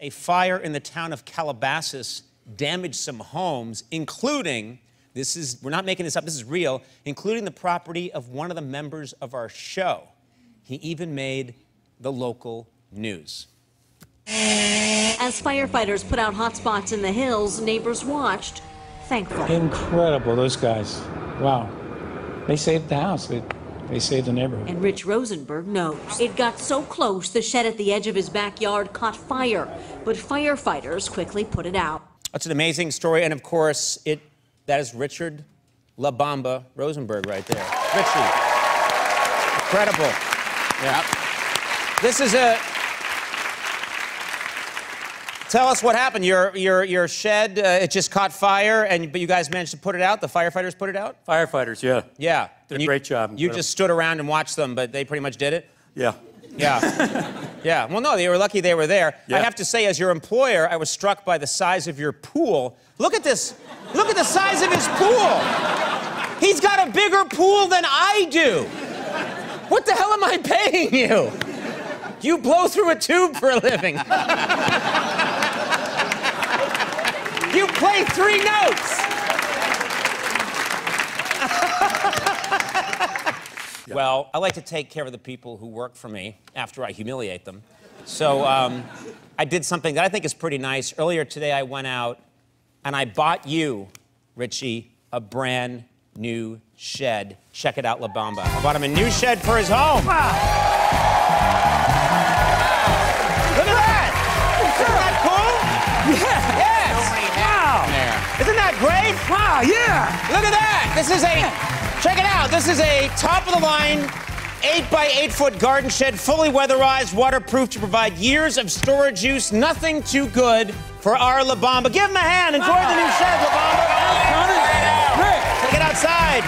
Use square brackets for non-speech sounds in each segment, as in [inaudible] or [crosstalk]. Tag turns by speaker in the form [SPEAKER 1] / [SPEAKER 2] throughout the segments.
[SPEAKER 1] a fire in the town of Calabasas damaged some homes, including this is we're not making this up, this is real, including the property of one of the members of our show. He even made the local news.
[SPEAKER 2] As firefighters put out hot spots in the hills, neighbors watched, thankful.
[SPEAKER 3] Incredible, those guys. Wow. They saved the house. They, they saved the neighborhood.
[SPEAKER 2] And Rich Rosenberg knows. It got so close, the shed at the edge of his backyard caught fire, but firefighters quickly put it out.
[SPEAKER 1] That's an amazing story, and of course, it that is Richard La Bamba Rosenberg right there. Richie. Incredible. Yeah. This is a Tell us what happened. Your your your shed uh, it just caught fire, and but you guys managed to put it out. The firefighters put it out.
[SPEAKER 4] Firefighters, yeah.
[SPEAKER 1] Yeah,
[SPEAKER 4] Did a
[SPEAKER 1] And you-
[SPEAKER 4] great job.
[SPEAKER 1] You just stood around and watched them, but they pretty much did it.
[SPEAKER 4] Yeah.
[SPEAKER 1] Yeah, yeah. Well, no, they were lucky they were there.
[SPEAKER 4] Yeah.
[SPEAKER 1] I have to say, as your employer, I was struck by the size of your pool. Look at this. Look at the size of his pool. He's got a bigger pool than I do. What the hell am I paying you? You blow through a tube for a living. [laughs] you play three notes. Well, I like to take care of the people who work for me after I humiliate them. So um, I did something that I think is pretty nice. Earlier today, I went out and I bought you, Richie, a brand new shed. Check it out, La Bamba. I bought him a new shed for his home. Look at that! Isn't that cool? Yeah. Yes. Wow. Isn't that great? Wow. Yeah. Look at that. This is a. Check it out. This is a top of the line. Eight by eight foot garden shed, fully weatherized, waterproof to provide years of storage use. Nothing too good for our La Bamba. Give him a hand. Enjoy the new shed, La Bamba. Take it outside.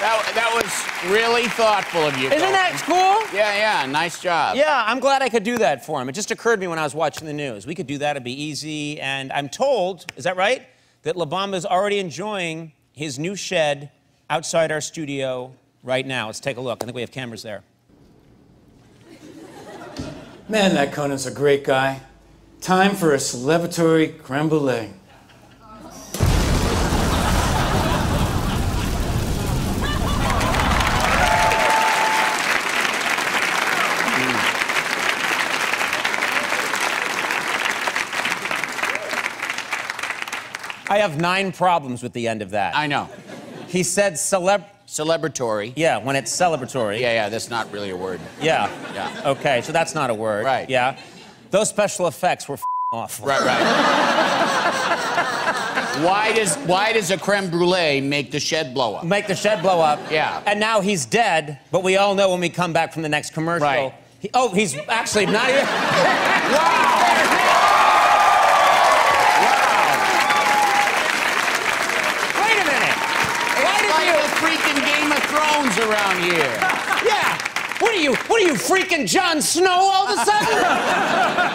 [SPEAKER 5] That, that was really thoughtful of you.
[SPEAKER 1] Isn't
[SPEAKER 5] Colton.
[SPEAKER 1] that cool?
[SPEAKER 5] Yeah, yeah, nice job.
[SPEAKER 1] Yeah, I'm glad I could do that for him. It just occurred to me when I was watching the news. We could do that, it'd be easy. And I'm told, is that right? That La Bamba's already enjoying his new shed outside our studio right now. Let's take a look. I think we have cameras there.
[SPEAKER 4] Man, that Conan's a great guy.
[SPEAKER 6] Time for a celebratory creme brulee.
[SPEAKER 1] I have nine problems with the end of that.
[SPEAKER 5] I know.
[SPEAKER 1] He said celeb.
[SPEAKER 5] Celebratory.
[SPEAKER 1] Yeah, when it's celebratory.
[SPEAKER 5] Yeah, yeah, that's not really a word.
[SPEAKER 1] Yeah.
[SPEAKER 5] Yeah.
[SPEAKER 1] Okay, so that's not a word.
[SPEAKER 5] Right.
[SPEAKER 1] Yeah. Those special effects were f- awful. [laughs]
[SPEAKER 5] Right, right. why does why does a creme brulee make the shed
[SPEAKER 1] [laughs]
[SPEAKER 5] blow up?
[SPEAKER 1] Make the shed blow up.
[SPEAKER 5] Yeah.
[SPEAKER 1] And now he's dead, but we all know when we come back from the next commercial.
[SPEAKER 5] Right.
[SPEAKER 1] He, oh, he's actually not even. [laughs] Wait a minute. Why
[SPEAKER 5] It's
[SPEAKER 1] did
[SPEAKER 5] like
[SPEAKER 1] you?
[SPEAKER 5] the freaking Game of Thrones around here.
[SPEAKER 1] Yeah. What are you? What are you freaking Jon Snow all of a sudden?